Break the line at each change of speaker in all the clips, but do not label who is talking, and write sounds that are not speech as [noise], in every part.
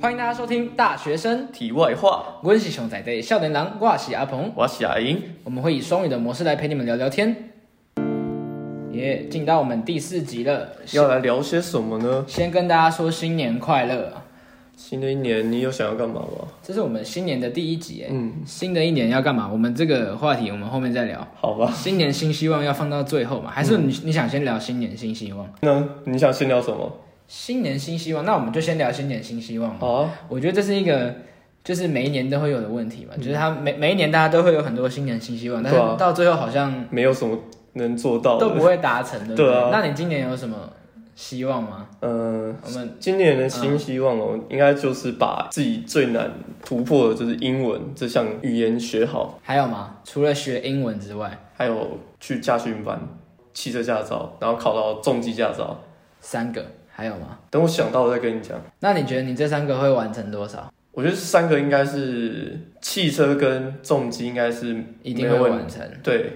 欢迎大家收听《大学生
题外话，
我是熊仔的笑脸郎挂喜阿鹏，
我是阿英。
我们会以双语的模式来陪你们聊聊天。也进到我们第四集了，
要来聊些什么呢？
先跟大家说新年快乐，
新的一年你有想要干嘛吗？
这是我们新年的第一集哎。
嗯，
新的一年要干嘛？我们这个话题我们后面再聊。
好吧。
新年新希望要放到最后嘛？还是你、你想先聊新年新希望？
那你想先聊什么？
新年新希望，那我们就先聊新年新希望吧。
好啊，
我觉得这是一个，就是每一年都会有的问题嘛，就是他每每一年大家都会有很多新年新希望，但是
嗯对啊
到最后好像
没有什么能做到
嗯都
的。
不会达成，对不
对啊
那你今年有什么希望吗？
嗯、
我们
今年的新希望
嗯
哦，应该就是把自己最难突破的就是英文这项语言学好，
还有吗？除了学英文之外，
还有去驾训班、汽车驾照，然后考到重机驾照。
三个还有吗？
等我想到再跟你讲。
那你觉得你这三个会完成多少？
我觉得三个应该是汽车跟重机，应该是
一定
没
会
有问
完成。
对。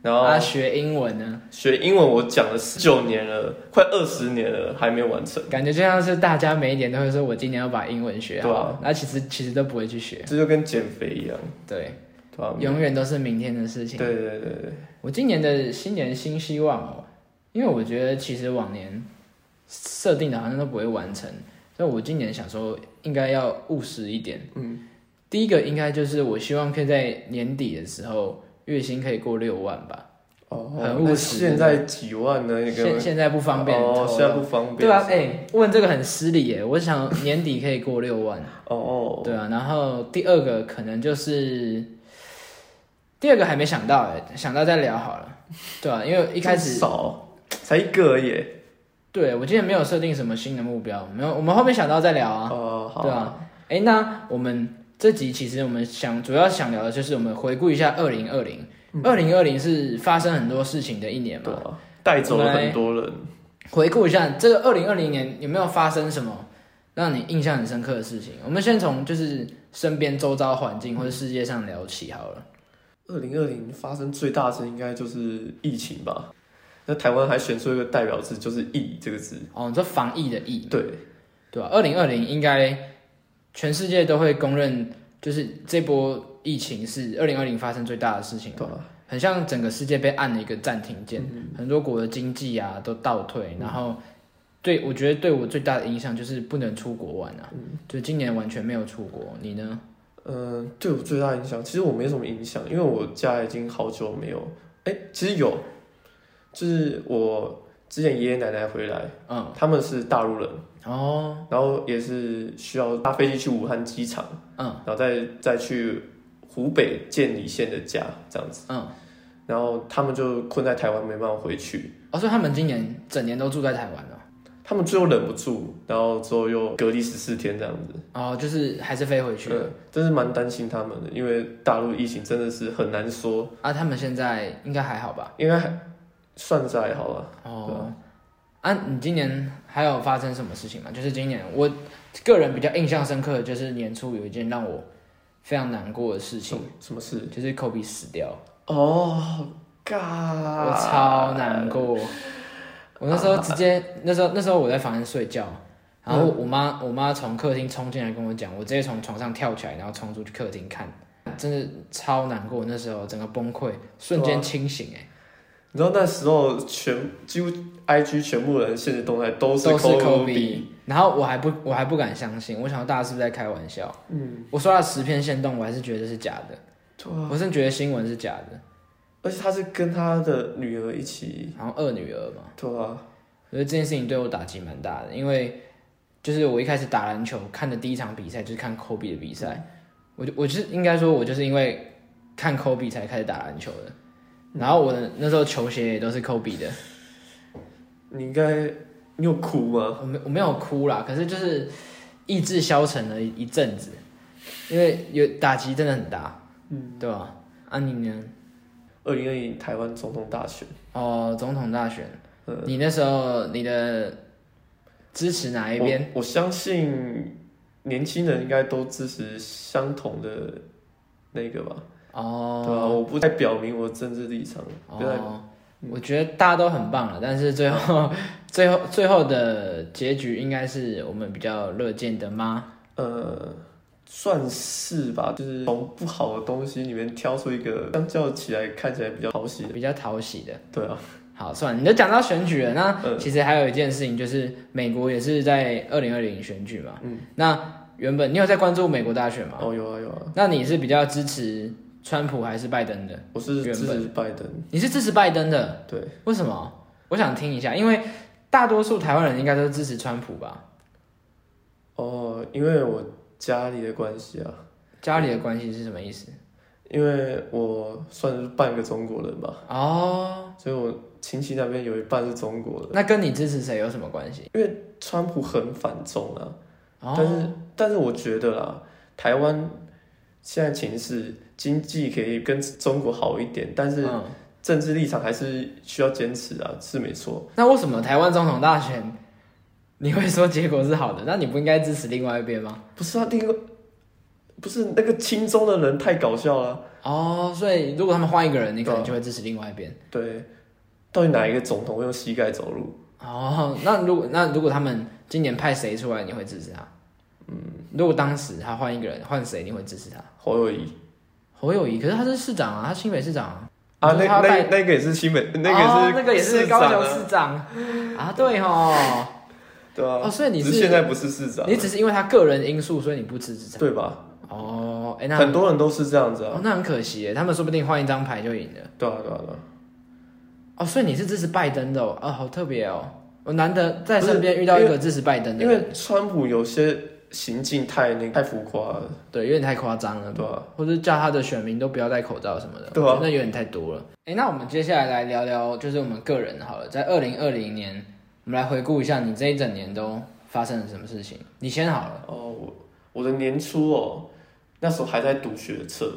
然后
那学英文呢？
学英文我讲了十九年了，快二十年了，还没有完成。
感觉就像是大家每一年都会说，我今年要把英文学好，
对啊
那其实其实都不会去学，
这就跟减肥一样，
对，
对吧、
永远都是明天的事情
对。对对对对，
我今年的新年新希望哦，因为我觉得其实往年设定的好像都不会完成，所以我今年想说应该要务实一点。
嗯，
第一个应该就是我希望可以在年底的时候月薪可以过六万吧，
哦
很务
那
实
现在几万呢？那
现
个
现在不方便
哦，
透
现在
露。
不方便。
对啊，哎、问这个很失礼耶。我想年底可以过六万，
哦，
对啊。然后第二个可能就是，第二个还没想到哎，想到再聊好了，对啊，因为一开始
这么少，才一个而已。
对，我今天没有设定什么新的目标，没有，我们后面想到再聊啊，
哦，好，
对啊。哎，那我们这集其实我们想主要想聊的就是我们回顾一下二零二零，二零二零是发生很多事情的一年
嗯对
嘛，
啊，带走了很多人。
回顾一下这个二零二零年有没有发生什么让你印象很深刻的事情？我们先从就是身边周遭环境或者世界上聊起好了。
二零二零发生最大的事应该就是疫情吧？那台湾还选出一个代表字，就是“疫”这个字。
哦，这防疫的疫，
对，
对吧、2二零二零应该全世界都会公认，就是这波疫情是二零二零发生最大的事情。
对啊，
很像整个世界被按了一个暂停键，很多国的经济啊都倒退，然后对我觉得对我最大的影响就是不能出国玩啊，就今年完全没有出国。你呢？
嗯、对我最大影响，其实我没什么影响，因为我家已经好久没有，哎、其实有，就是我之前爷爷奶奶回来，
嗯，
他们是大陆人，
哦，
然后也是需要搭飞机去武汉机场，
嗯
然后再再去湖北建里县的家这样子，
嗯，
然后他们就困在台湾没办法回去，
哦，所以他们今年整年都住在台湾哦了，
他们最后忍不住，然后之后又隔离十四天这样子。
哦，就是还是飞回去了。
嗯，真是蛮担心他们的，因为大陆疫情真的是很难说，
啊，他们现在应该还好吧？
应该还算是还好了。
哦，啊，你今年还有发生什么事情吗？就是今年我个人比较印象深刻的就是年初有一件让我非常难过的事
什
情
么，什么事？
就是 Kobe 死掉。
哦，嘎！
我超难过。我那时候直
啊
接，那时候那时候我在房间睡觉，然
嗯
后我妈我妈从客厅冲进来跟我讲，我直接从床上跳起来，然后冲出去客厅看，真的超难过。那时候整个崩溃，瞬
啊
间清醒哎、
你知道那时候全几乎 IG 全部人现实动态都是
都是
Kobe，
Kobe，然后我还不我还不敢相信，我想大家是不是在开玩笑？嗯，我刷了十篇线动，我还是觉得是假的，
对啊，
我真的觉得新闻是假的，
而且他是跟他的女儿一起，
然后二女儿嘛。
对啊，
我觉得这件事情对我打击蛮大的，因为就是我一开始打篮球看的第一场比赛就是看 Kobe 的比
嗯
赛，我就我就是应该说，我就是因为看 Kobe 才开始打篮球的。然后我的那时候球鞋也都是 Kobe 的，
你应该你有哭吗？
我没我没有哭啦，可是就是意志消沉了一阵子，因为有打击真的很大，嗯，对吧？啊，你呢？
二零二一台湾总统大选，
哦，总统大选，
嗯。
你那时候你的支持哪一边？
我？我相信年轻人应该都支持相同的那个吧，
哦，
对吧、啊我不再表明我政治立场，对吧、
哦，我觉得大家都很棒了，但是 [laughs] 最后、最后、最后的结局应该是我们比较乐见的吗？
呃，算是吧，就是从不好的东西里面挑出一个相较起来看起来比较讨喜的。
比较讨喜的。
对啊，
好，算了，你都讲到选举了，那
嗯
其实还有一件事情就是美国也是在二零二零选举嘛，
嗯，
那原本你有在关注美国大选吗？
哦，有啊有啊，
那你是比较支持川普还是拜登的？
我是
原
支
本
持拜登。
你是支持拜登的，
对，
为什么？我想听一下，因为大多数台湾人应该都是支持川普吧？
哦，因为我家里的关系啊，
家里的关系是什么意思？
因为我算是半个中国人吧，
哦，
所以我亲戚那边有一半是中国人。
那跟你支持谁有什么关系？
川普很反中啊，
哦，
但是但是我觉得啦，台湾现在情势经济可以跟中国好一点，但是
嗯
政治立场还是需要坚持啊，是没错。
那为什么台湾总统大选你会说结果是好的？那你不应该支持另外一边吗？
不是啊，另一个不是那个亲中的人太搞笑啊了。
哦，所以如果他们换一个人，你可能就会支持另外一边。
对，到底哪一个总统会用膝盖走路？
哦，那如果那如果他们今年派谁出来，你会支持他？嗯，如果当时他换一个人，换谁你会支持他？
侯友谊
侯友谊，可是他是市长啊，他新北市长啊，
啊，
你
那
说他
那
拜
那个也是新北，那
哦
个也是、啊
那个也是高雄市，长啊，对哦，
对啊。
哦，所以你
只是现
是
在不是市长，啊
你只是因为他个人因素，所以你不支持他。
对吧？
哦，哎、那
很多人都是这样子啊
哦，，那很可惜耶，他们说不定换一张牌就赢了。
对啊，对啊，对啊。
哦，所以你是支持拜登的哦，哦好特别哦，我难得在
不是
身边遇到一个支持拜登的
啊因
人，
为川普有些行径太那个太浮夸了，
对，有点太夸张了，
对啊吧、
或者叫他的选民都不要戴口罩什么的，
对啊
我觉得那有点太多了。哎，那我们接下来来聊聊，就是我们个人好了，在二零二零年，我们来回顾一下你这一整年都发生了什么事情。你先好了，
哦，我我的年初哦，那时候还在读学测，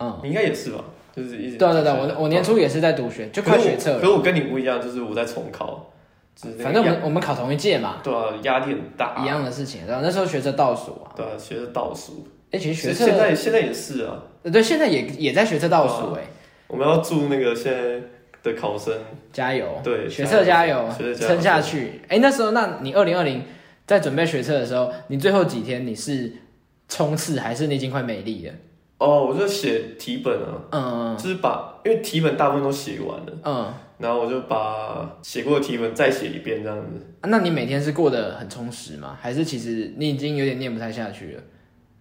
嗯，
你应该也是吧？就是啊一直
对啊对对，我我年初也是在读学，就快学测
可
了，
是我可是我跟你不一样，就是我在重考，就是那个
反正我
压
们我们考同一届嘛，
对啊，压力很大，
一样的事情，然啊后那时候学测倒数啊，
对啊，学的倒数，
哎，其
其
实学
实
测
现在现在哦也是啊，
呃对，现在也也在学测倒数哎、
我们要祝那个现在的考生，
加油！
对
学测加油，
学测加油
撑下去。哎、那时候，那你二零二零在准备学测的时候，你最后几天你是冲刺，还是你已经快没力了？
哦，我就写题本啊，
嗯
就是把因为题本大部分都写完了，
嗯、啊
然后我就把写过的题本再写一遍这样子。
啊那你每天是过得很充实吗？还是其实你已经有点念不太下去了？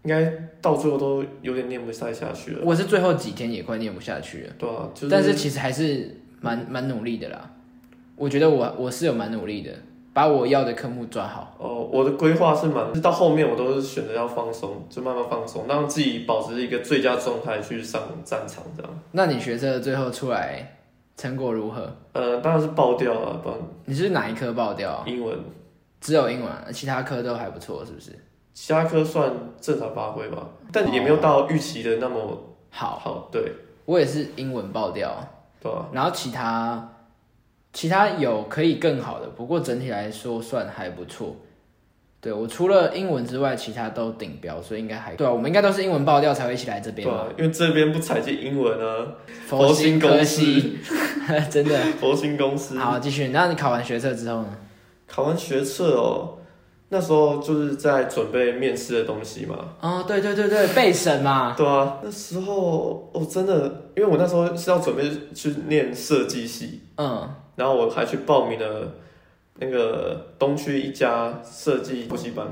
应该到最后都有点念不太下去了。
我是最后几天也快念不下去了，
对啊，就是
但是其实还是蛮蛮努力的啦。我觉得我我是有蛮努力的，把我要的科目抓好。
哦，我的规划是蛮，就是到后面我都是选择要放松，就慢慢放松，让自己保持一个最佳状态去上战场这样。
那你学测最后出来成果如何？
呃，当然是爆掉啊，不然
你是哪一科爆掉啊？
英文
只有英文啊，其他科都还不错，是不是？
其他科算正常发挥吧，但也没有到预期的那么
哦好，
好，对
我也是英文爆掉，
对啊，
然后其他其他有可以更好的，不过整体来说算还不错。对我除了英文之外，其他都顶标，所以应该还对啊，我们应该都是英文爆掉才会一起来这
对
边嘛。
啊，因为这边不采进英文啊，
佛心
心
科
公
系， [laughs] 真的。
佛心公司。
好，继续。那你考完学测之后呢？
考完学测哦，那时候就是在准备面试的东西嘛，
哦，对对对对，备审嘛。
对啊，那时候我、哦、真的，因为我那时候是要准备去念设计系，
嗯，
然后我还去报名了那个东区一家设计补习班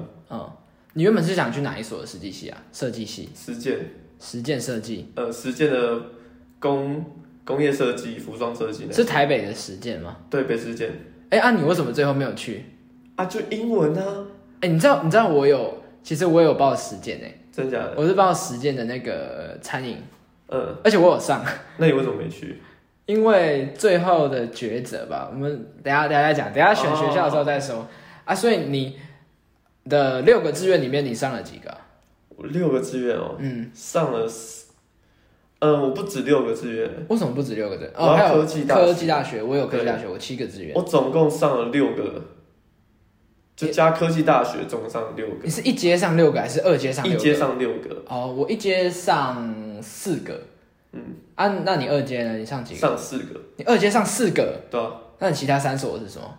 你原本是想去哪一所的设计系啊？设计系，
实践，
实践设计
呃，实践的工工业设计、服装设计的，
是台北的实践吗？
对，北实践
哎、啊，你为什么最后没有去？
啊，就英文啊，
哎、你知道你知道我有，其实我有报实践哎，
真假的？
我是报实践的那个餐饮，
嗯，
而且我有上，
那你为什么没去？
因为最后的抉择吧，我们等一下等一下再讲，等一下
哦
选学校的时候再说、啊。所以你的六个志愿里面，你上了几个啊？
我六个志愿哦，
嗯，
上了四，嗯，我不止六个志愿，
为什么不止六个志愿？
我
哦，
要
还有
科技大学
科技大学，我有科技大学，我七个志愿。
我总共上了六个，就加科技大学，总共上了六个
你，是一阶上六个还是二阶上
一
六
阶
个？
上六个，
哦，我一阶上四个。嗯啊，那你二阶呢？你上几个？
上四个，
你二阶上四个，
对啊，
那你其他三所是什么？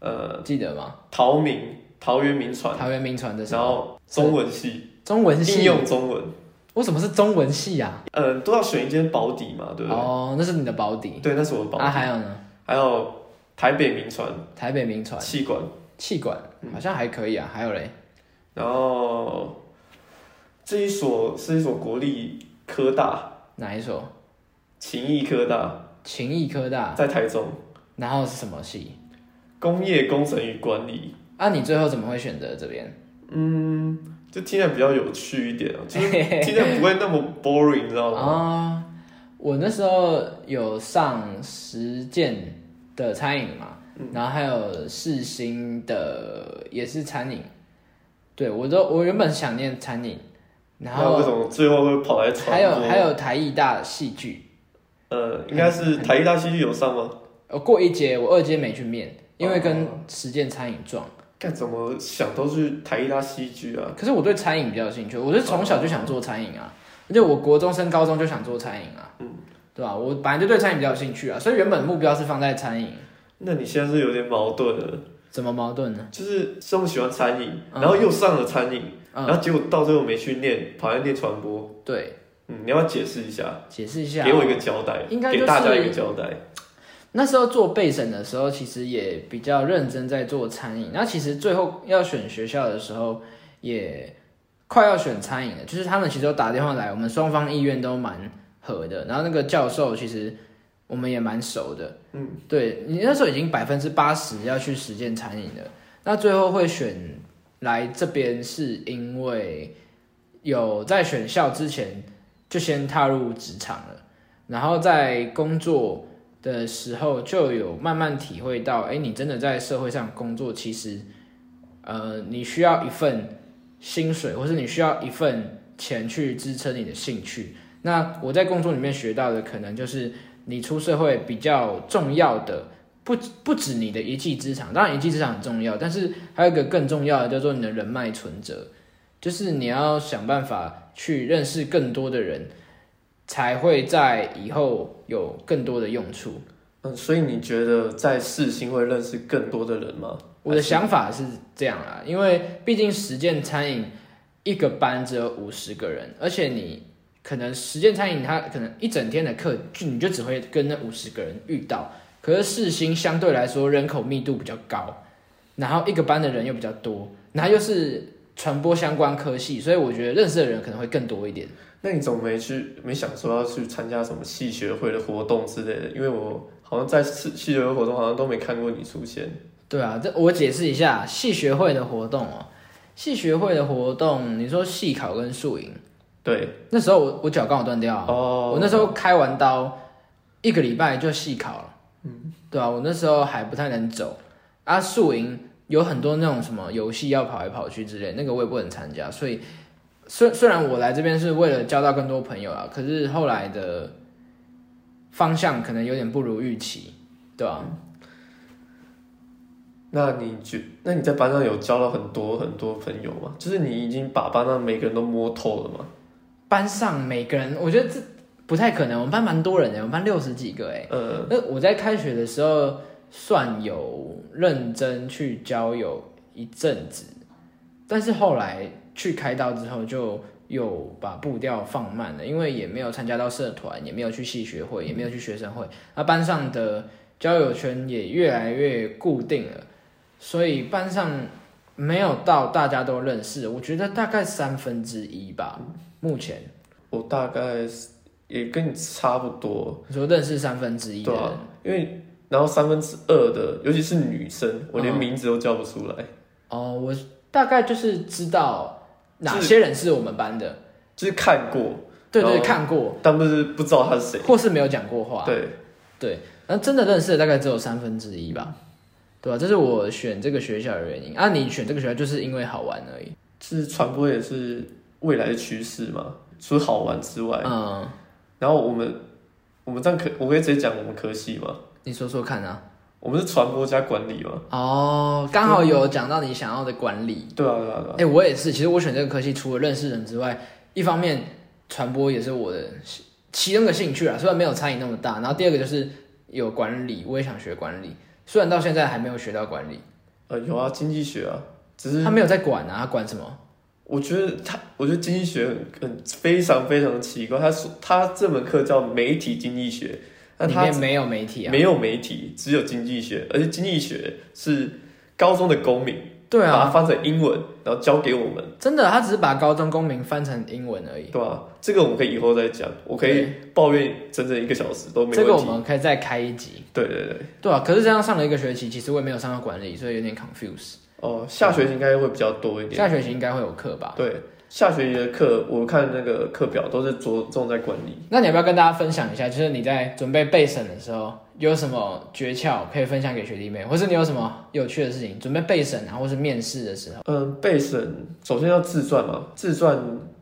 呃，
记得吗？
桃明、桃园民传，
桃园名传的时
然
候，
后中文系，
中文
应
系，
用中文，
为什么是中文系啊？
嗯、都要选一间保底嘛，对不对？
哦，那是你的保底。
对，那是我的保底。
啊，还有呢，
还有台北名传
台北名传、
气管，
气管好像还可以啊，还有嘞，
然后这一所是一所国立科大，
哪一所？
勤益科大，
勤益科大，
在台中，
然后是什么系？
工业工程与管理，
啊，你最后怎么会选择这边？
就听起来比较有趣一
[laughs]
点哦，就是听起来不会那么 boring，你知道吗？
啊、我那时候有上实践的餐饮嘛，
嗯
然后还有世新的也是餐饮，对我都我原本想念餐饮，然
那为
后
什么最后会跑来传播？
还有还有台艺大戏剧，
呃，应该是台艺大戏剧有上吗？
我过一节我二阶没去面，因为
哦
跟实践餐饮撞。
干怎么想都是台艺大戏剧啊！
可是我对餐饮比较有兴趣，我是从小就想做餐饮啊，而且我国中升高中就想做餐饮啊，
嗯
对吧、我本来就对餐饮比较有兴趣啊，所以原本目标是放在餐饮，
那你现在是有点矛盾了，
怎么矛盾呢？
就是这么喜欢餐饮，
嗯
然后又上了餐饮，
嗯
然后结果到最后没去念，跑来念传播。
对，
嗯，你要不要解释一下，
解释一下，
给我一个交代，
应该就是
给大家一个交代。
那时候做备审的时候，其实也比较认真在做餐饮。那其实最后要选学校的时候，也快要选餐饮了。就是他们其实都打电话来，我们双方意愿都蛮合的。然后那个教授其实我们也蛮熟的，嗯，对你那时候已经百分之八十要去实践餐饮了。那最后会选来这边，是因为有在选校之前就先踏入职场了，然后在工作。的时候，就有慢慢体会到，哎、你真的在社会上工作，其实，呃，你需要一份薪水，或是你需要一份钱去支撑你的兴趣。那我在工作里面学到的，可能就是你出社会比较重要的，不不止你的一技之长，当然一技之长很重要，但是还有一个更重要的叫做你的人脉存折，就是你要想办法去认识更多的人，才会在以后有更多的用处。
嗯，所以你觉得在世新会认识更多的人吗？
我的想法是这样啦，因为毕竟实践餐饮一个班只有五十个人，而且你可能实践餐饮它可能一整天的课，就你就只会跟那五十个人遇到。可是世新相对来说人口密度比较高，然后一个班的人又比较多，然后又是传播相关科系，所以我觉得认识的人可能会更多一点。
那你怎么没去没想说要去参加什么系学会的活动之类的？因为我好像在系系学会活动好像都没看过你出现。
对啊，这我解释一下系学会的活动哦。系学会的活动，你说系考跟宿营，
对，
那时候我我脚刚好断掉啊，
哦
我那时候开完刀，一个礼拜就细考了，嗯，对啊，我那时候还不太能走啊。宿营有很多那种什么游戏要跑来跑去之类，那个我也不能参加。所以虽虽然我来这边是为了交到更多朋友啊，可是后来的方向可能有点不如预期，对啊吧、
那你觉那你在班上有交了很多很多朋友吗？就是你已经把班上每个人都摸透了吗？
班上每个人，我觉得这不太可能。我们班蛮多人的，我们班六十几个哎、
呃，
那我在开学的时候算有认真去交友一阵子，但是后来去开刀之后就有把步调放慢了，因为也没有参加到社团，也没有去系学会，也没有去学生会，那班上的交友圈也越来越固定了，所以班上没有到大家都认识，我觉得大概三分之一吧，目前
我大概是也跟你差不多，
你说认识三分之一的
对
人。
啊，因为然后三分之二的，尤其是女生，我连名字都叫不出来，
哦，我大概就是知道哪些人是我们班的，
就是看过，
对对，
哦
看过，
但不是不知道他是谁。
或是没有讲过话，
对，
对，那真的认识的大概只有三分之一吧，对吧、这是我选这个学校的原因啊，你选这个学校就是因为好玩而已，
是传播也是未来的趋势嘛，除了好玩之外，
嗯，
然后我们我们这样可我可以直接讲我们科系嘛，
你说说看啊，
我们是传播加管理嘛，
哦，刚好有讲到你想要的管理，
对啊对啊对啊，
哎、我也是，其实我选这个科系除了认识人之外，一方面传播也是我的兴其中的兴趣啊，虽然没有餐饮那么大，然后第二个就是有管理，我也想学管理，虽然到现在还没有学到管理。
呃有啊经济学啊，只是
他没有在管啊，他管什么？
我觉得他，我觉得经济学很很非常非常奇怪。他说他这门课叫媒体经济学，那
里
他
面没有媒体啊。
没有媒体，只有经济学，而且经济学是高中的公民，
对
把它
啊，
翻成英文，然后教给我们，
真的，他只是把高中公民翻成英文而已。
对吧、这个我们可以以后再讲，我可以抱怨整整一个小时都没
这个
问
我
题。
们可以再开一集。
对对对，
对啊，可是这样上了一个学期，其实我也没有上到管理，所以有点 confuse。
哦，下学期应该会比较多一点。
下学期应该会有课吧？
对，下学期的课我看那个课表都是着重在管理。
那你要不要跟大家分享一下，就是你在准备备审的时候有什么诀窍可以分享给学弟妹，或是你有什么有趣的事情？准备备审啊，或是面试的时候，
嗯，备审首先要自传嘛，自传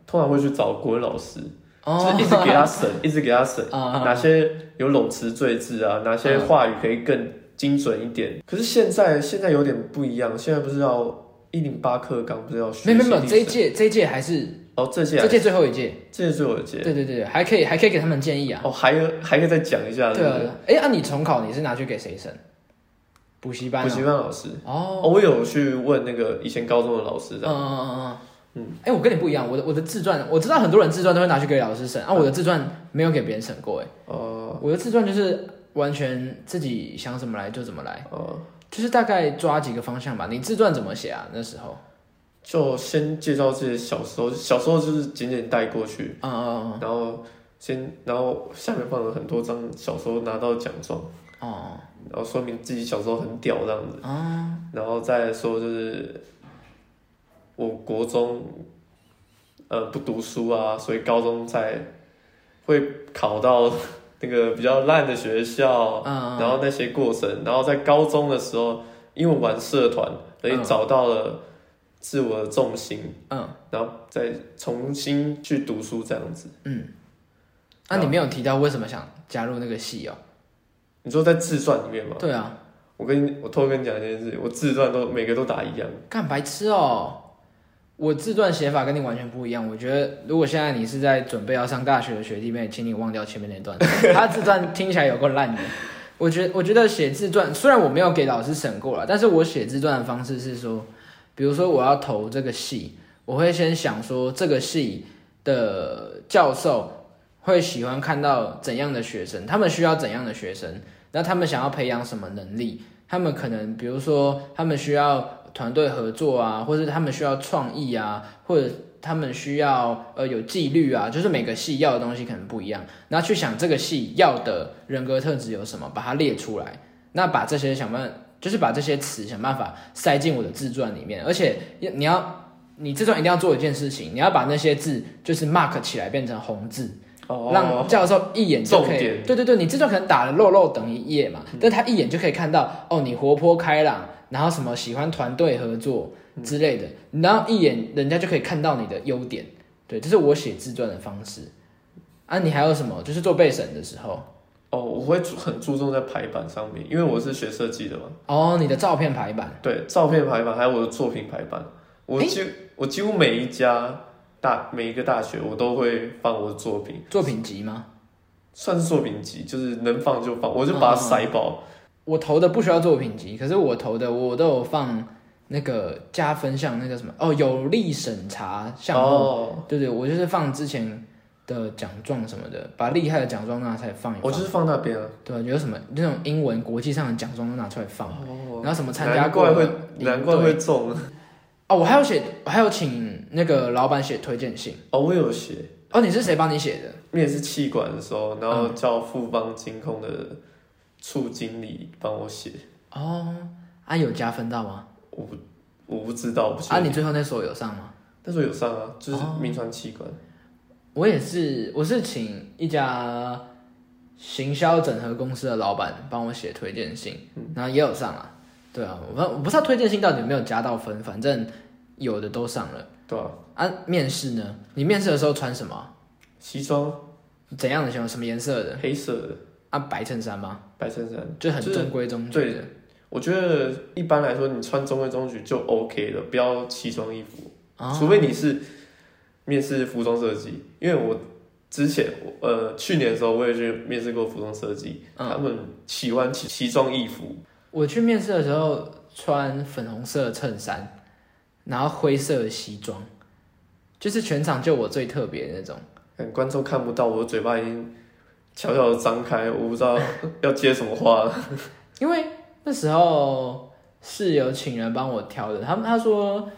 通常会去找国文老师，
哦
就是一直给
[laughs]
他审，一直给他审，
啊、
哪些有冗词赘字啊，哪些话语可以更精准一点。可是现在现在有点不一样，现在不是要一零八课纲不是要
没
学
有
习
没有没有，
历
这一
史
届这一届还是
哦这些啊
这届最后一届，
这些最我
对
解
对对对，还可以还可以给他们建议啊。
哦还有还可以再讲一下，
对
不
啊，哎，那、你重考你是拿去给谁审？补习班、
补习
啊。
班老师。
哦，
哦，我有去问那个以前高中的老师
嗯
的，
嗯嗯嗯嗯。哎、我跟你不一样，我的我的自传，我知道很多人自传都会拿去给老师审啊，我的自传没有给别人审过，哎，
哦、
我的自传就是完全自己想怎么来就怎么来。
哦、
就是大概抓几个方向吧。你自传怎么写啊？那时候，
就先介绍自己小时候，小时候就是简简带过去，
嗯嗯
然后先，然后下面放了很多张小时候拿到奖状，
嗯，哦，啊
然后说明自己小时候很屌这样子，然后再说就是，我国中，呃不读书啊，所以高中才会考到 [laughs] 那个比较烂的学校，
嗯
然后那些过程，然后在高中的时候，因为我玩社团，所以
嗯
找到了自我的重心，
嗯，
然后再重新去读书这样子。
那、你没有提到为什么想加入那个系哦？
你说在自传里面吗？
对啊，
我跟你，我偷偷跟你讲一件事，我自传都每个都打一样。
干白痴哦！我自传写法跟你完全不一样。我觉得如果现在你是在准备要上大学的学弟妹，请你忘掉前面那段，他自传听起来有够烂的。我觉我觉得写自传，虽然我没有给老师审过了，但是我写自传的方式是说，比如说我要投这个系，我会先想说这个系的教授会喜欢看到怎样的学生，他们需要怎样的学生，那他们想要培养什么能力，他们可能比如说他们需要团队合作啊，或者他们需要创意啊，或者他们需要呃有纪律啊，就是每个系要的东西可能不一样。然后去想这个系要的人格特质有什么，把它列出来。那把这些想办，就是把这些词想办法塞进我的自传里面。而且要你要，你自传一定要做一件事情，你要把那些字就是 mark 起来变成红字，让教授一眼就可
哦重
以
点。嗯
对对对，你这段可能打了肉肉等一页嘛，但他一眼就可以看到哦，你活泼开朗，然后什么喜欢团队合作
嗯
之类的，然后一眼人家就可以看到你的优点。对，这是我写自传的方式。啊，你还有什么？就是做备审的时候，
哦，我会注很注重在排版上面，因为我是学设计的嘛。
哦，你的照片排版，
对，照片排版还有我的作品排版，我
诶
几、我几乎每一家大每一个大学我都会放我的作品，
作品集吗？
算是作品集，就是能放就放，我
嗯
就把它
嗯
塞爆。
我投的不需要作品集，可是我投的我都有放那个加分项，那个什么哦，有利审查项目。
哦，
对对，我就是放之前的奖状什么的，把厉害的奖状拿出来放一
我
放。
就是放那边啊。
对啊，有什么那种英文国际上的奖状都拿出来放，
哦，
然后什么参加
难
过
怪
的
会
领
难怪
队
会中
哦，我还有写，我还有请那个老板写推荐信。
哦，我有写，
哦，你是谁帮你写的？
面试气管的时候，然
嗯
后叫富邦金控的处经理帮我写，
哦，啊有加分到吗？
我不我不知道，不确
啊，
定
你最哦后那所有上吗？
那时候有上啊，就是名传气管。
我也是，我是请一家行销整合公司的老板帮我写推荐信，
嗯
然后也有上啊。对啊，我不我不知道推荐信到底有没有加到分，反正有的都上了。
对啊，
啊，面试呢？你面试的时候穿什么？
西装
怎样的形容？什么颜色的？
黑色的
啊，白衬衫吗？
白衬衫，
就很
就是
中规中矩
对
的。
我觉得一般来说你穿中规中矩就 OK 了，不要西装衣服，
啊，
除非你是面试服装设计，因为我。之前我呃，去年的时候我也去面试过服装设计，
嗯
他们喜欢奇奇装异服，
我去面试的时候穿粉红色的衬衫，然后灰色的西装，就是全场就我最特别的那种。
嗯，观众看不到我的嘴巴已经悄悄的张开，我不知道 [laughs] 要接什么话了。
因为那时候是有请人帮我挑的，他们他说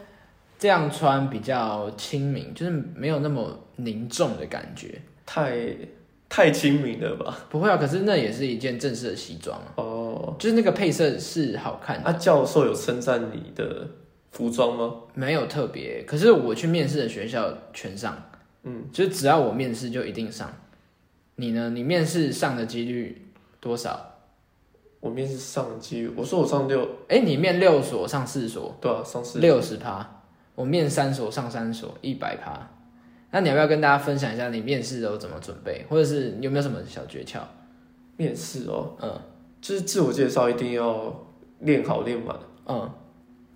这样穿比较亲民，就是没有那么凝重的感觉。
太太亲民了吧？
不会啊，可是那也是一件正式的西装啊，
哦，
就是那个配色是好看的，
啊，教授有称赞你的服装吗？
没有特别。可是我去面试的学校全上，
嗯，
就只要我面试就一定上。你呢？你面试上的几率多少？
我面试上机，我说我上六，
哎，你面六所上四所，
对啊，上四，
六十趴；我面三所上三所，一百趴。那你要不要跟大家分享一下你面试都怎么准备，或者是你有没有什么小诀窍？
面试哦，
嗯，
就是自我介绍一定要练好练满。
嗯，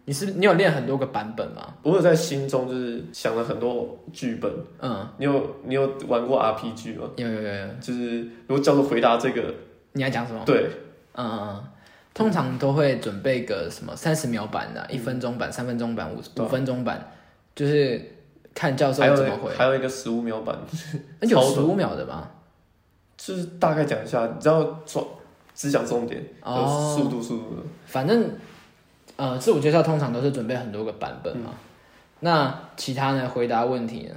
你是你有练很多个版本吗？
我有在心中就是想了很多剧本，
嗯，
你有你有玩过 RPG 吗？
有有有有，
就是如果教授回答这个，
你要讲什么？
对，
嗯嗯，嗯，通常都会准备个什么三十秒版的、一分钟版、三分钟版、五
嗯对啊
五分钟版，就是看教授
还有
怎么回。
还有一个十五秒版，
那有
超
十五秒的吗？
就是大概讲一下，你知道抓只讲重点，
哦
速度速度的，
反正呃，自我介绍通常都是准备很多个版本
嗯
嘛。那其他呢？回答问题呢？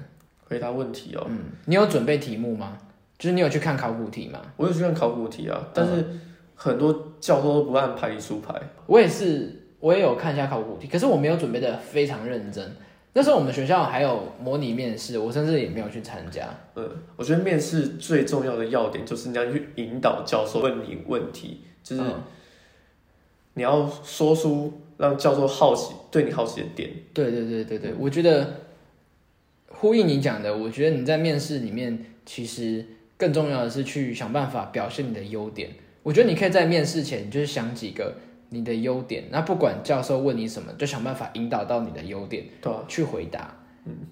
回答问题哦。
嗯，你有准备题目吗？就是你有去看考古题吗？
我有去看考古题啊，但是很多教授都不按牌理出牌，
我也是，我也有看一下考古题，可是我没有准备的非常认真。那时候我们学校还有模拟面试，我甚至也没有去参加。
嗯，我觉得面试最重要的要点就是你要去引导教授问你问题，就是
嗯
你要说出让教授好奇对你好奇的点。
对对对对对，我觉得呼应你讲的，我觉得你在面试里面其实更重要的是去想办法表现你的优点。我觉得你可以在面试前就是想几个你的优点，那不管教授问你什么，就想办法引导到你的优点
对啊，
去回答。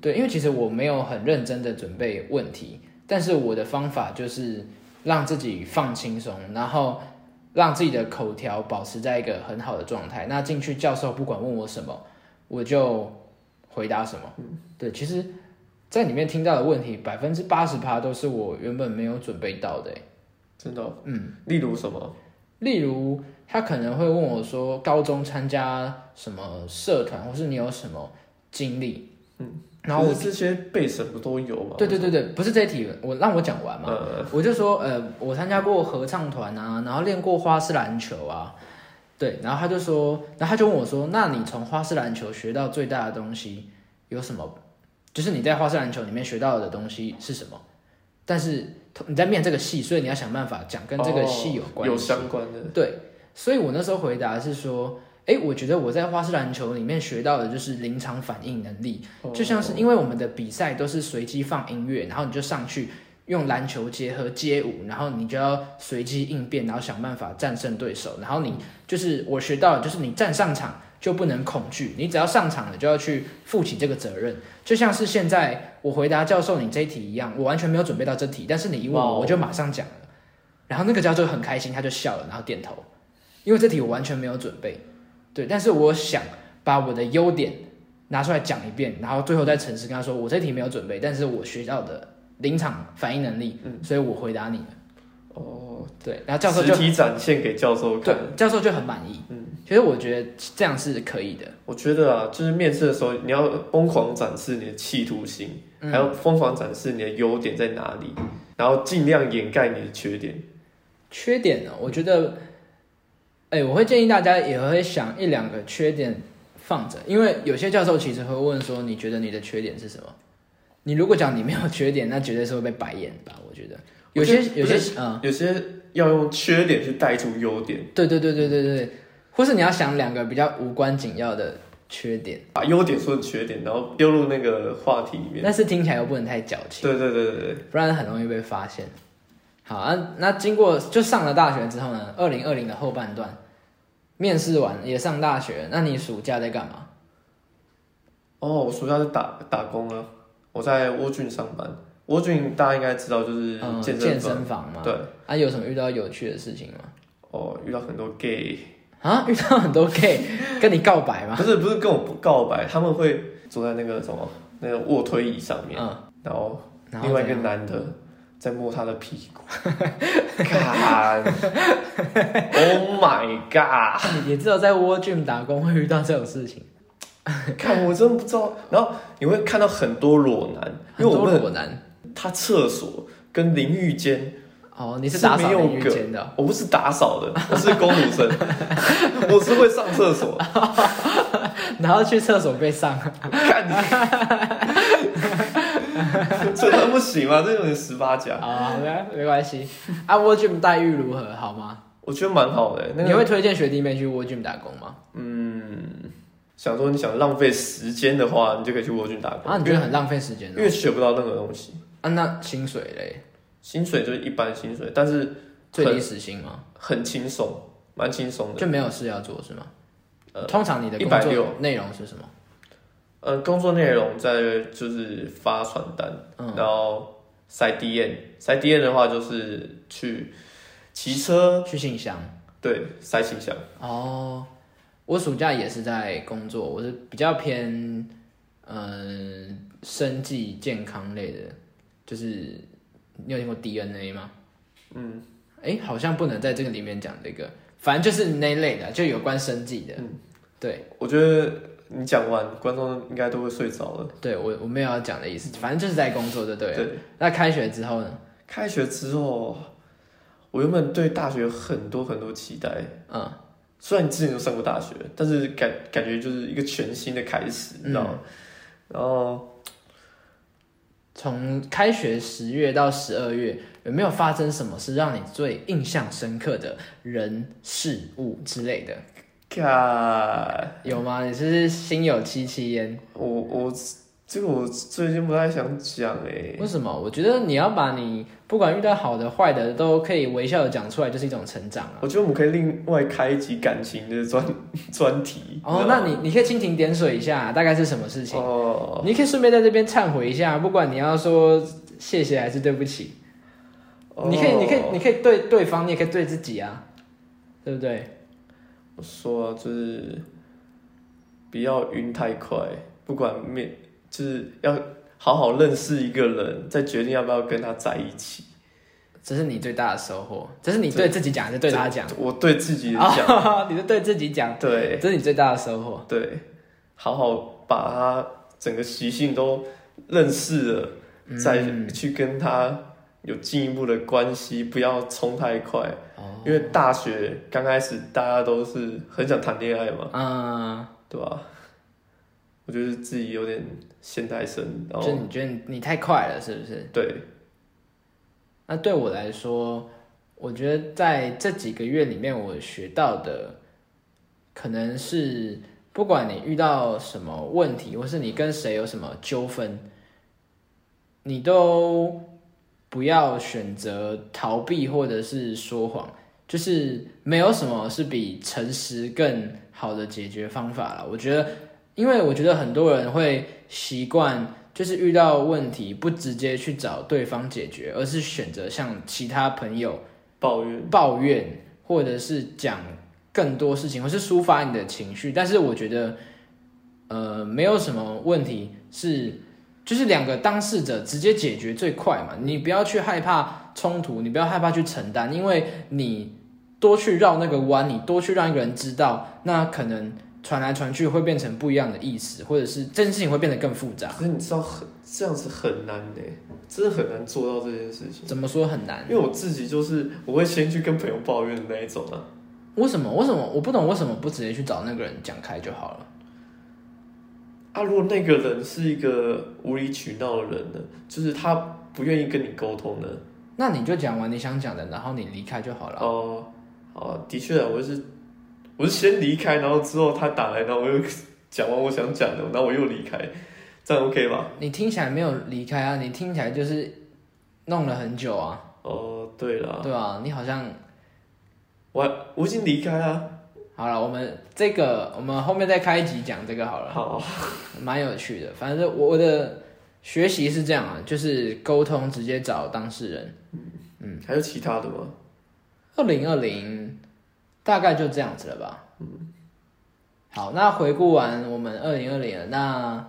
对，因为其实我没有很认真的准备问题，但是我的方法就是让自己放轻松，然后让自己的口条保持在一个很好的状态。那进去教授不管问我什么，我就回答什么。对，其实，在里面听到的问题，百分之八十趴都是我原本没有准备到的欸。
真的哦、
嗯，
例如什么？
例如，他可能会问我说，高中参加什么社团，或是你有什么经历？嗯，然后
可
我
是这些备审不都有吗？
对对对对，不是这一题，我让我讲完嘛。
呃，
我就说，呃，我参加过合唱团啊，然后练过花式篮球啊，对，然后他就说，然后他就问我说，那你从花式篮球学到最大的东西有什么？就是你在花式篮球里面学到的东西是什么？但是你在面这个戏，所以你要想办法讲跟这个戏有关
哦有
系。
相关的，
对，所以我那时候回答是说，诶，我觉得我在花式篮球里面学到的就是临场反应能力，
哦
就像是因为我们的比赛都是随机放音乐，然后你就上去用篮球结合街舞，然后你就要随机应变，然后想办法战胜对手。然后你就是我学到的就是你站上场就不能恐惧，你只要上场了就要去负起这个责任。就像是现在我回答教授你这一题一样，我完全没有准备到这题，但是你一问
哇
我
哦
我就马上讲了。然后那个教授很开心，他就笑了，然后点头，因为这题我完全没有准备。对，但是我想把我的优点拿出来讲一遍，然后最后再诚实跟他说，我这题没有准备，但是我学到的临场反应能力，
嗯
所以我回答你了。
哦，
对，然后啊教授
实
就
体展现给教授
对
看。
教授就很满意。
嗯，
其实我觉得这样是可以的。
我觉得啊，就是面试的时候，你要疯狂展示你的企图心，
嗯
还要疯狂展示你的优点在哪里，然后尽量掩盖你的缺点。
缺点呢，我觉得，哎、我会建议大家也会想一两个缺点放着，因为有些教授其实会问说，你觉得你的缺点是什么？你如果讲你没有缺点，那绝对是会被白眼吧？我觉得有些
我觉得
有
不
些嗯，
有些要用缺点去带出优点，
对对对对对对，或是你要想两个比较无关紧要的缺点，
把优点说成缺点，然后丢入那个话题里面。
但是听起来又不能太矫情。
对对对对对，
不然很容易被发现。好啊，那经过就上了大学之后呢，二零二零的后半段，面试完也上大学，那你暑假在干嘛？
哦，我暑假是打打工啊，我在沃郡上班。沃郡大家应该知道，就是
嗯，
健
健
房。
身房嘛。
对，
啊，有什么遇到有趣的事情吗？
哦，遇到很多 gay，
啊， [laughs] 遇到很多 gay 跟你告白吗？
不是不是跟我告白，他们会坐在那个什么那个卧推椅上面，
嗯，
然后
然后
另外一
怎样
个男的在摸他的屁股，看，Oh my god！
啊也只有在 War Gym 打工会遇到这种事情，
看我真的不知道，然后你会看到很多裸男，因
很
为
多
我们
裸男。
他厕所跟淋浴间，
哦，你是
是
打扫
没有
淋浴
梗
间的哦， [laughs]
我不是打扫的，我是公主生，我是会上厕所，
然后去厕所被上， [laughs]
看你，这真的不行吗？这有点十八加，
啊、好的，没关系。啊，War Gym 待遇如何？好吗？
我觉得蛮好的、那
你
个
会推荐学弟妹去 War Gym 打工吗？
想说你想浪费时间的话，你就可以去蜗居打工，
啊，你觉得很浪费时间
因
哦。
为学不到任何东西，
啊，那薪水嘞？
薪水就是一般薪水，但是
最低时薪吗？
很轻松，蛮轻松的。
就没有事要做是吗？
呃
通常你的工作
160
内容是什么？
嗯，工作内容在就是发传单，
嗯
然后塞 DM，塞 DM 的话就是去骑车，
去信箱。
对，塞信箱。
哦，我暑假也是在工作，我是比较偏嗯、生计健康类的，就是你有听过 DNA 吗？嗯，哎，好像不能在这个里面讲这个，反正就是那类的，就有关生计的。
嗯
对，
我觉得你讲完，观众应该都会睡着了。
对我我没有要讲的意思，反正就是在工作就对了。
对，
那开学之后呢？
开学之后，我原本对大学有很多很多期待，
嗯，
虽然之前就上过大学，但是感感觉就是一个全新的开始，你知道吗？然后
从开学十月到十二月，有没有发生什么是让你最印象深刻的人、事物之类的？
看
有吗？你是不是心有戚戚焉？
我我这个我最近不太想讲哎、
为什么？我觉得你要把你不管遇到好的坏的都可以微笑的讲出来，就是一种成长啊。
我觉得我们可以另外开一集感情的专专题。
哦，
知
那
道吗
你你可以蜻蜓点水一下，大概是什么事情？
哦，
你可以顺便在这边忏悔一下，不管你要说谢谢还是对不起，你可以，你可以，你
以，
可以对对方，你也可以对自己啊，对不对？
我说啊就是不要晕太快，不管面就是要好好认识一个人，再决定要不要跟他在一起。
这是你最大的收获，这是你对自己讲，还是对他讲？
我对自己的讲，
啊， [laughs] 你是对自己讲，
对。
这是你最大的收获。
对，好好把他整个习性都认识了，
嗯
再去跟他有进一步的关系，不要冲太快。
哦，
因为大学刚开始大家都是很想谈恋爱嘛，
嗯，
对吧？我觉得自己有点现代生，然
就
后
你觉得你你太快了，是不是？
对，
那对我来说，我觉得在这几个月里面，我学到的可能是，不管你遇到什么问题，或是你跟谁有什么纠纷，你都不要选择逃避或者是说谎，就是没有什么是比诚实更好的解决方法了。我觉得，因为我觉得很多人会习惯就是遇到问题不直接去找对方解决，而是选择向其他朋友
抱怨
抱怨，或者是讲更多事情，或是抒发你的情绪。但是我觉得，呃，没有什么问题是，就是两个当事者直接解决最快嘛。你不要去害怕冲突，你不要害怕去承担，因为你多去绕那个弯，你多去让一个人知道，那可能传来传去会变成不一样的意思，或者是这件事情会变得更复杂。
可是你知道很这样子很难呢、真的很难做到这件事情。
怎么说很难？
因为我自己就是我会先去跟朋友抱怨的那一种啊，
为什么？为什么？我不懂为什么不直接去找那个人讲开就好了？
啊，如果那个人是一个无理取闹的人呢，就是他不愿意跟你沟通呢，
那你就讲完你想讲的，然后你离开就好了。
哦，好啊，的确啊，我是我是先离开，然后之后他打来，然后我又讲完我想讲的，然后我又离开，这样 OK 吧？
你听起来没有离开啊，你听起来就是弄了很久啊，
哦，对了，
对啊，你好像
我还我已经离开了，
好了，我们这个我们后面再开一集讲这个好了，
好，
蛮有趣的。反正我的学习是这样啊，就是沟通直接找当事人。
嗯，还有其他的吗？
二零二零大概就这样子了吧。嗯，好，那回顾完我们二零二零了，那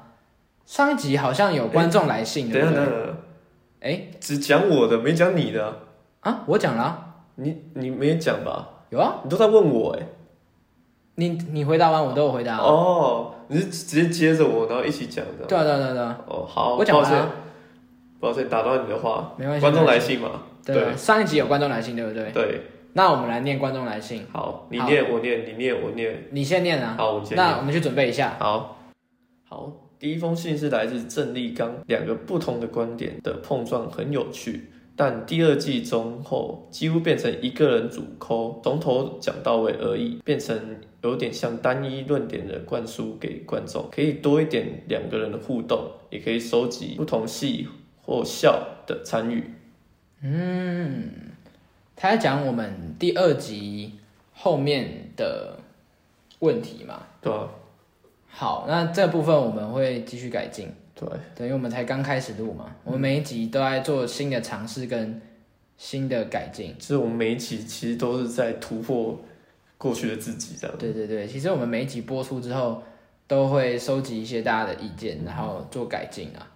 上一集好像有观众来信，
等
对
一下
不
等一下
对？
等一下，
哎
只讲我的，没讲你的啊，
啊，我讲了啊、
你你没讲吧？
有啊，
你都在问我哎、
你你回答完我都有回答啊、
哦，你是直接接着我，然后一起讲的。
对啊对啊对啊对啊，
哦，好，
我讲
抱
完了
歉
啊，
抱歉打断你的话，
没关系
观众来信嘛，
对啊，上一集有观众来信，对不对？
对，
那我们来念观众来信，
好，你
好
念我念，你念我念，
你先念啊。
好，我先念。
那我们去准备一下。
好，好，第一封信是来自郑立刚，两个不同的观点的碰撞很有趣，但第二季中后几乎变成一个人主抠，从头讲到尾而已，变成有点像单一论点的灌输给观众，可以多一点两个人的互动，也可以收集不同戏或笑的参与。
他在讲我们第二集后面的问题嘛。
对啊，
好，那这部分我们会继续改进，
对，
对，因为我们才刚开始录嘛，
嗯
我们每一集都在做新的尝试跟新的改进。
就是我们每一集其实都是在突破过去的自己，这样。
对对对，其实我们每一集播出之后，都会收集一些大家的意见，然后做改进啊。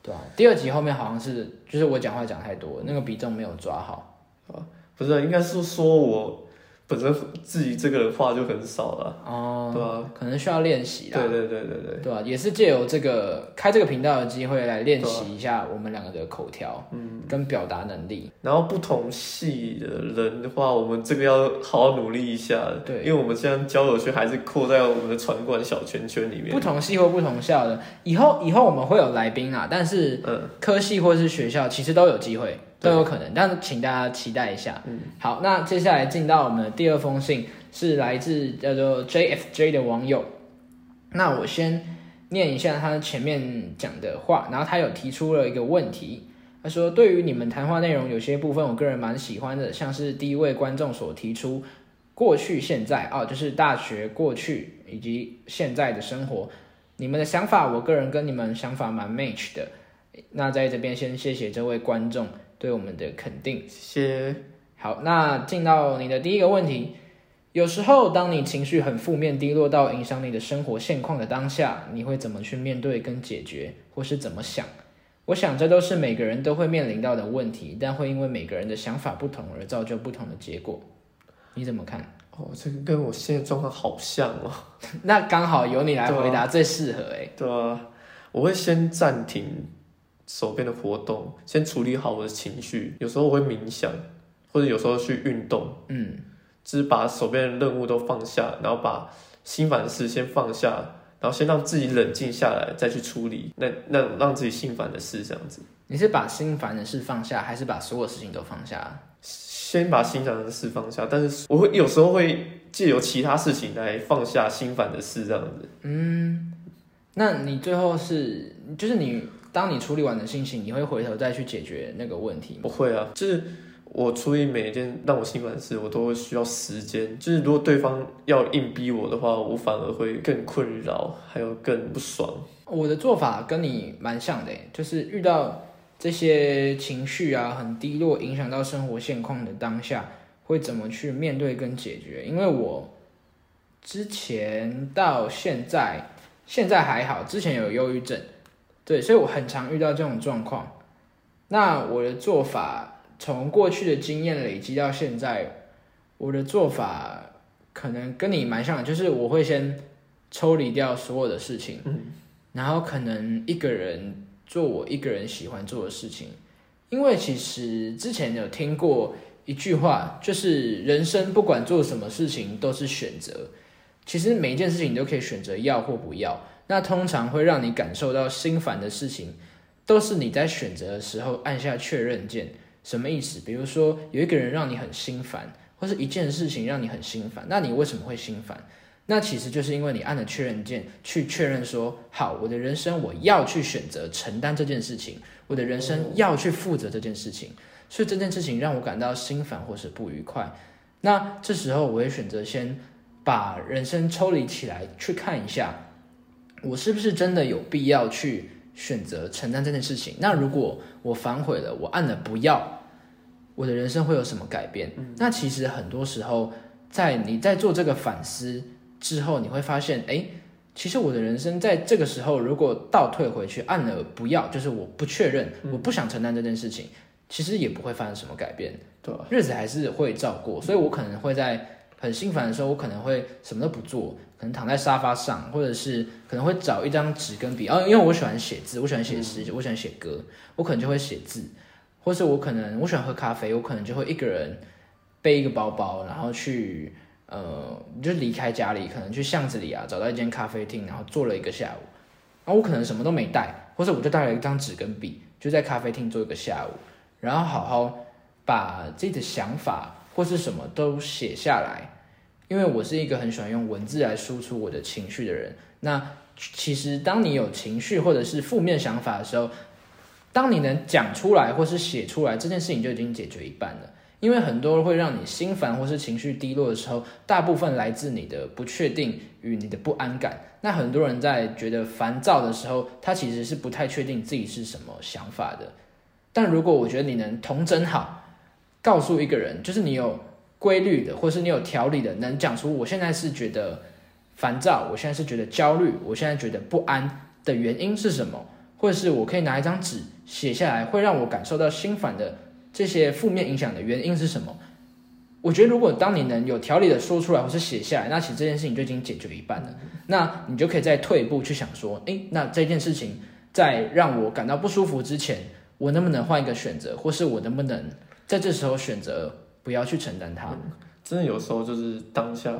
对啊，第二集后面好像是就是我讲话讲太多，那个比重没有抓好。
不是，应该是说我本身自己这个人话就很少了，
哦，
对啊，
可能需要练习啦。
对对对对对，
对啊，也是借由这个开这个频道的机会来练
啊
习一下我们两个的口条，嗯，跟表达能力。
然后不同系的人的话，我们这个要好好努力一下，
对
因为我们现在交友圈还是扩在我们的传管小圈圈里面
不，同系或不同校的，以后以后我们会有来宾啊，但是
嗯，
科系或是学校其实都有机会，都
对
有可能，但是请大家期待一下。嗯，好，那接下来进到我们的第二封信，是来自叫做 JFJ 的网友。那我先念一下他前面讲的话，然后他有提出了一个问题，他说：“对于你们谈话内容，有些部分我个人蛮喜欢的，像是第一位观众所提出过去、现在哦，就是大学过去以及现在的生活。”你们的想法，我个人跟你们想法蛮 match 的，那在这边先谢谢这位观众对我们的肯定。
谢谢，
好，那进到你的第一个问题，有时候当你情绪很负面、低落到影响你的生活现况的当下，你会怎么去面对跟解决，或是怎么想？我想这都是每个人都会面临到的问题，但会因为每个人的想法不同而造就不同的结果。你怎么看？
哦，这个跟我现在状况好像哦，
那刚好由你来回答最适合诶、
对啊，我会先暂停手边的活动，先处理好我的情绪，有时候我会冥想，或者有时候去运动。
嗯，
就是把手边的任务都放下，然后把心烦事先放下，然后先让自己冷静下来，再去处理那那让自己心烦的事，这样子。
你是把心烦的事放下，还是把所有事情都放下？
先把心烦的事放下，但是我会有时候会借由其他事情来放下心烦的事，这样子。
嗯那你最后是，就是你当你处理完的心情，你会回头再去解决那个问题吗？
不会啊，就是我处理每一件让我心烦的事，我都会需要时间。就是如果对方要硬逼我的话，我反而会更困扰，还有更不爽。
我的做法跟你蛮像的欸，就是遇到这些情绪啊很低落，影响到生活现况的当下，会怎么去面对跟解决？因为我之前到现在，现在还好，之前有忧郁症，对，所以我很常遇到这种状况。那我的做法，从过去的经验累积到现在，我的做法可能跟你蛮像的，就是我会先抽离掉所有的事情。然后可能一个人做我一个人喜欢做的事情，因为其实之前有听过一句话，就是人生不管做什么事情都是选择，其实每一件事情你都可以选择要或不要。那通常会让你感受到心烦的事情，都是你在选择的时候按下确认键。什么意思？比如说有一个人让你很心烦，或是一件事情让你很心烦，那你为什么会心烦？那其实就是因为你按了确认键，去确认说，好，我的人生我要去选择承担这件事情，我的人生要去负责这件事情，所以这件事情让我感到心烦或是不愉快。那这时候我会选择先把人生抽离起来，去看一下，我是不是真的有必要去选择承担这件事情。那如果我反悔了，我按了不要，我的人生会有什么改变？那其实很多时候，在你在做这个反思。之后，你会发现，哎，其实我的人生在这个时候，如果倒退回去，按了不要，就是我不确认，我不想承担这件事情，其实也不会发生什么改变，
对吧？
日子还是会照过。所以我可能会在很心烦的时候，我可能会什么都不做，可能躺在沙发上，或者是可能会找一张纸跟笔，哦，因为我喜欢写字，我喜欢写诗，我喜欢写歌，我可能就会写字，或是我可能我喜欢喝咖啡，我可能就会一个人背一个包包，然后去呃，就离开家里，可能去巷子里啊，找到一间咖啡厅，然后坐了一个下午。然后我可能什么都没带，或者我就带了一张纸跟笔，就在咖啡厅坐一个下午，然后好好把自己的想法或是什么都写下来。因为我是一个很喜欢用文字来输出我的情绪的人。那其实当你有情绪或者是负面想法的时候，当你能讲出来或是写出来，这件事情就已经解决一半了。因为很多会让你心烦或是情绪低落的时候，大部分来自你的不确定与你的不安感。那很多人在觉得烦躁的时候，他其实是不太确定自己是什么想法的。但如果我觉得你能童真好，告诉一个人，就是你有规律的，或是你有条理的，能讲出我现在是觉得烦躁，我现在是觉得焦虑，我现在觉得不安的原因是什么，或者是我可以拿一张纸写下来，会让我感受到心烦的这些负面影响的原因是什么？我觉得，如果当你能有条理的说出来或是写下来，那其实这件事情就已经解决一半了。那你就可以再退一步去想说，诶，那这件事情在让我感到不舒服之前，我能不能换一个选择，或是我能不能在这时候选择不要去承担它？
真的有时候就是当下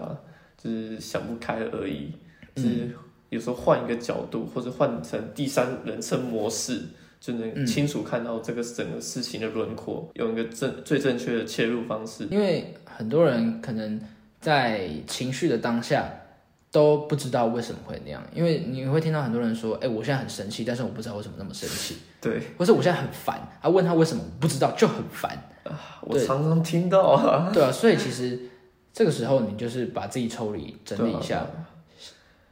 就是想不开而已，
嗯
就是有时候换一个角度，或者换成第三人称模式，就能清楚看到这个整个事情的轮廓，用一个正最正确的切入方式。
因为很多人可能在情绪的当下都不知道为什么会那样，因为你会听到很多人说：“哎、我现在很生气，但是我不知道为什么那么生气，
对
或者我现在很烦。”啊，问他为什么，不知道就很烦。
啊，我常常听到啊，
对啊，所以其实这个时候你就是把自己抽离、整理一
对
下
啊，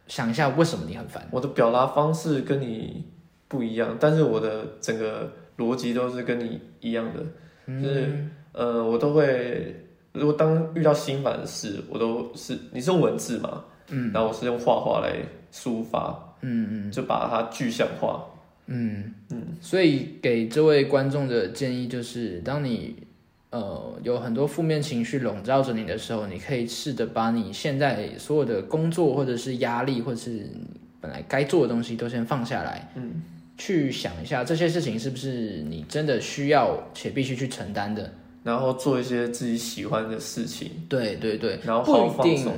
想一下为什么你很烦。
我的表达方式跟你不一样，但是我的整个逻辑都是跟你一样的，
嗯
就是呃，我都会，如果当遇到心烦的事，我都是你是用文字嘛，嗯，然后我是用画画来抒发，嗯嗯，就把它具象化，
所以给这位观众的建议就是，当你呃有很多负面情绪笼罩着你的时候，你可以试着把你现在所有的工作或者是压力，或者是本来该做的东西都先放下来，嗯，去想一下这些事情是不是你真的需要且必须去承担的。
然后做一些自己喜欢的事情，
对对对，
然后好好
不一
放
定
松。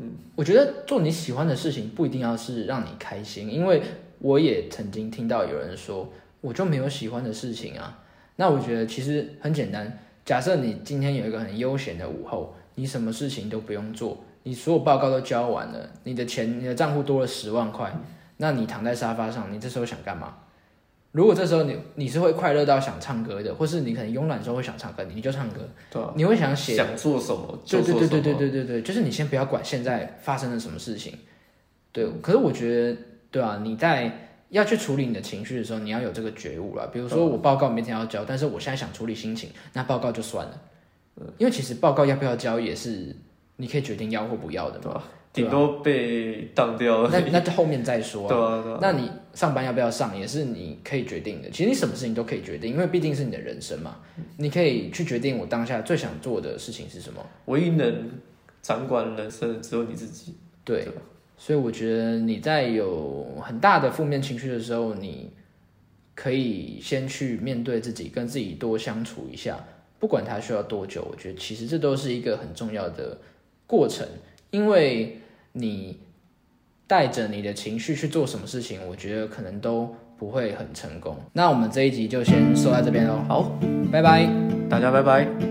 嗯
我觉得做你喜欢的事情不一定要是让你开心，因为我也曾经听到有人说，我就没有喜欢的事情啊。那我觉得其实很简单，假设你今天有一个很悠闲的午后，你什么事情都不用做，你所有报告都交完了，你的钱你的账户多了十万块，那你躺在沙发上，你这时候想干嘛？如果这时候你你是会快乐到想唱歌的，或是你可能慵懒的时候会想唱歌，你就唱歌；
对吧、
你会想写
想做什么
对
就
对
做什
对
么，
对对对对对，就是你先不要管现在发生了什么事情，对。可是我觉得，对啊，你在要去处理你的情绪的时候，你要有这个觉悟了。比如说，
嗯
我报告明天要交，但是我现在想处理心情，那报告就算了，因为其实报告要不要交也是你可以决定要或不要的嘛。
顶多被当掉而
那
已，
那就后面再说啊
对啊对啊，
那你上班要不要上也是你可以决定的。其实你什么事情都可以决定，因为毕竟是你的人生嘛，你可以去决定我当下最想做的事情是什么。
唯一能掌管人生的只有你自己，
对
对吧，
所以我觉得你在有很大的负面情绪的时候，你可以先去面对自己，跟自己多相处一下，不管它需要多久，我觉得其实这都是一个很重要的过程，因为你带着你的情绪去做什么事情，我觉得可能都不会很成功。那我们这一集就先说到这边喽，好，拜拜。
大家拜拜。